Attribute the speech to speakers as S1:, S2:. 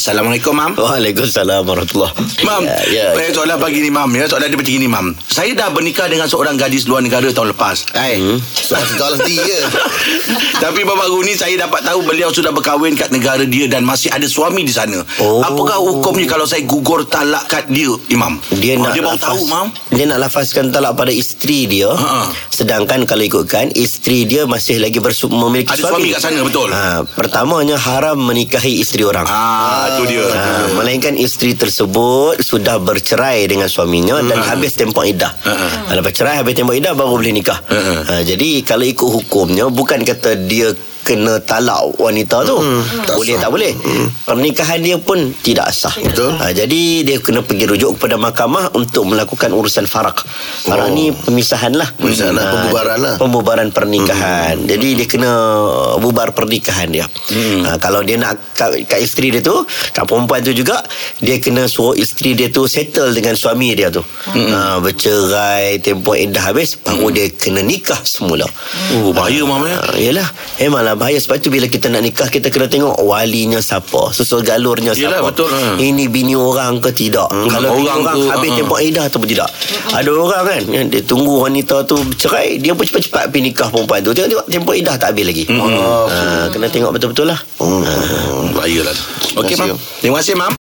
S1: Assalamualaikum, Mam.
S2: Waalaikumsalam warahmatullahi
S1: Mam,
S2: Oh,
S1: Eh,
S2: Ya, ya.
S1: saya soalan pagi ni, Mam. Ya, soalan dia macam ni, Mam. Saya dah bernikah dengan seorang gadis luar negara tahun lepas.
S3: Hai
S2: Hmm.
S3: Soalan soalan sendiri je
S1: Tapi baru-baru ni saya dapat tahu beliau sudah berkahwin kat negara dia dan masih ada suami di sana.
S2: Oh.
S1: Apakah hukumnya kalau saya gugur talak kat dia, Imam?
S2: Dia
S1: Oh,
S2: nak
S1: dia baru
S2: lafaz-
S1: tahu, Mam.
S2: Dia nak lafazkan talak pada isteri dia.
S1: Ha.
S2: Sedangkan kalau ikutkan isteri dia masih lagi bersu- memiliki
S1: Ada suami kat sana, betul.
S2: Ha, pertamanya haram menikahi isteri orang.
S1: Ah, tu dia.
S2: Ha, melainkan isteri tersebut sudah bercerai dengan suaminya dan
S1: Hmm.
S2: habis tempoh iddah. Ha, lepas cerai habis tempoh iddah baru boleh nikah.
S1: Hmm.
S2: Ha, jadi kalau ikut hukumnya bukan kata dia kena talak wanita tu.
S1: Hmm.
S3: tak
S2: boleh
S3: sah.
S2: tak boleh. Pernikahan dia pun tidak sah.
S3: Betul.
S2: Ha, jadi dia kena pergi rujuk kepada mahkamah untuk melakukan urusan farak. Farak ni pemisahan lah.
S3: Oh. Pemisahan lah,
S2: Ha,
S3: pembubaran lah.
S2: pembubaran pernikahan. Hmm. Jadi dia kena bubar pernikahan dia. Hmm. Ha, kalau dia nak kat, kat isteri dia tu, kat perempuan tu juga, dia kena suruh isteri dia tu settle dengan suami dia tu. Hmm. Ha, bercerai, tempoh iddah habis,
S3: Hmm.
S2: baru dia kena nikah semula.
S1: Oh, bahaya, Mam. Ya.
S2: Ha, Yelah Memanglah bahaya Sebab tu bila kita nak nikah Kita kena tengok Walinya siapa Susul galurnya
S1: Yelah,
S2: siapa
S1: betul, ha.
S2: Ini bini orang ke tidak hmm, Kalau bini
S1: orang
S2: orang,
S1: ke,
S2: Habis
S1: ha.
S2: tempoh edah atau tidak Ada orang kan ya, Dia tunggu wanita tu cerai Dia pun cepat-cepat Pergi nikah perempuan tu Tengok-tengok tempoh edah tak habis lagi
S1: hmm.
S2: hmm. ha, Kena tengok betul-betul lah
S1: Bahayalah. lah. Okey,
S3: kasih,
S1: Mam. Terima kasih, Mam.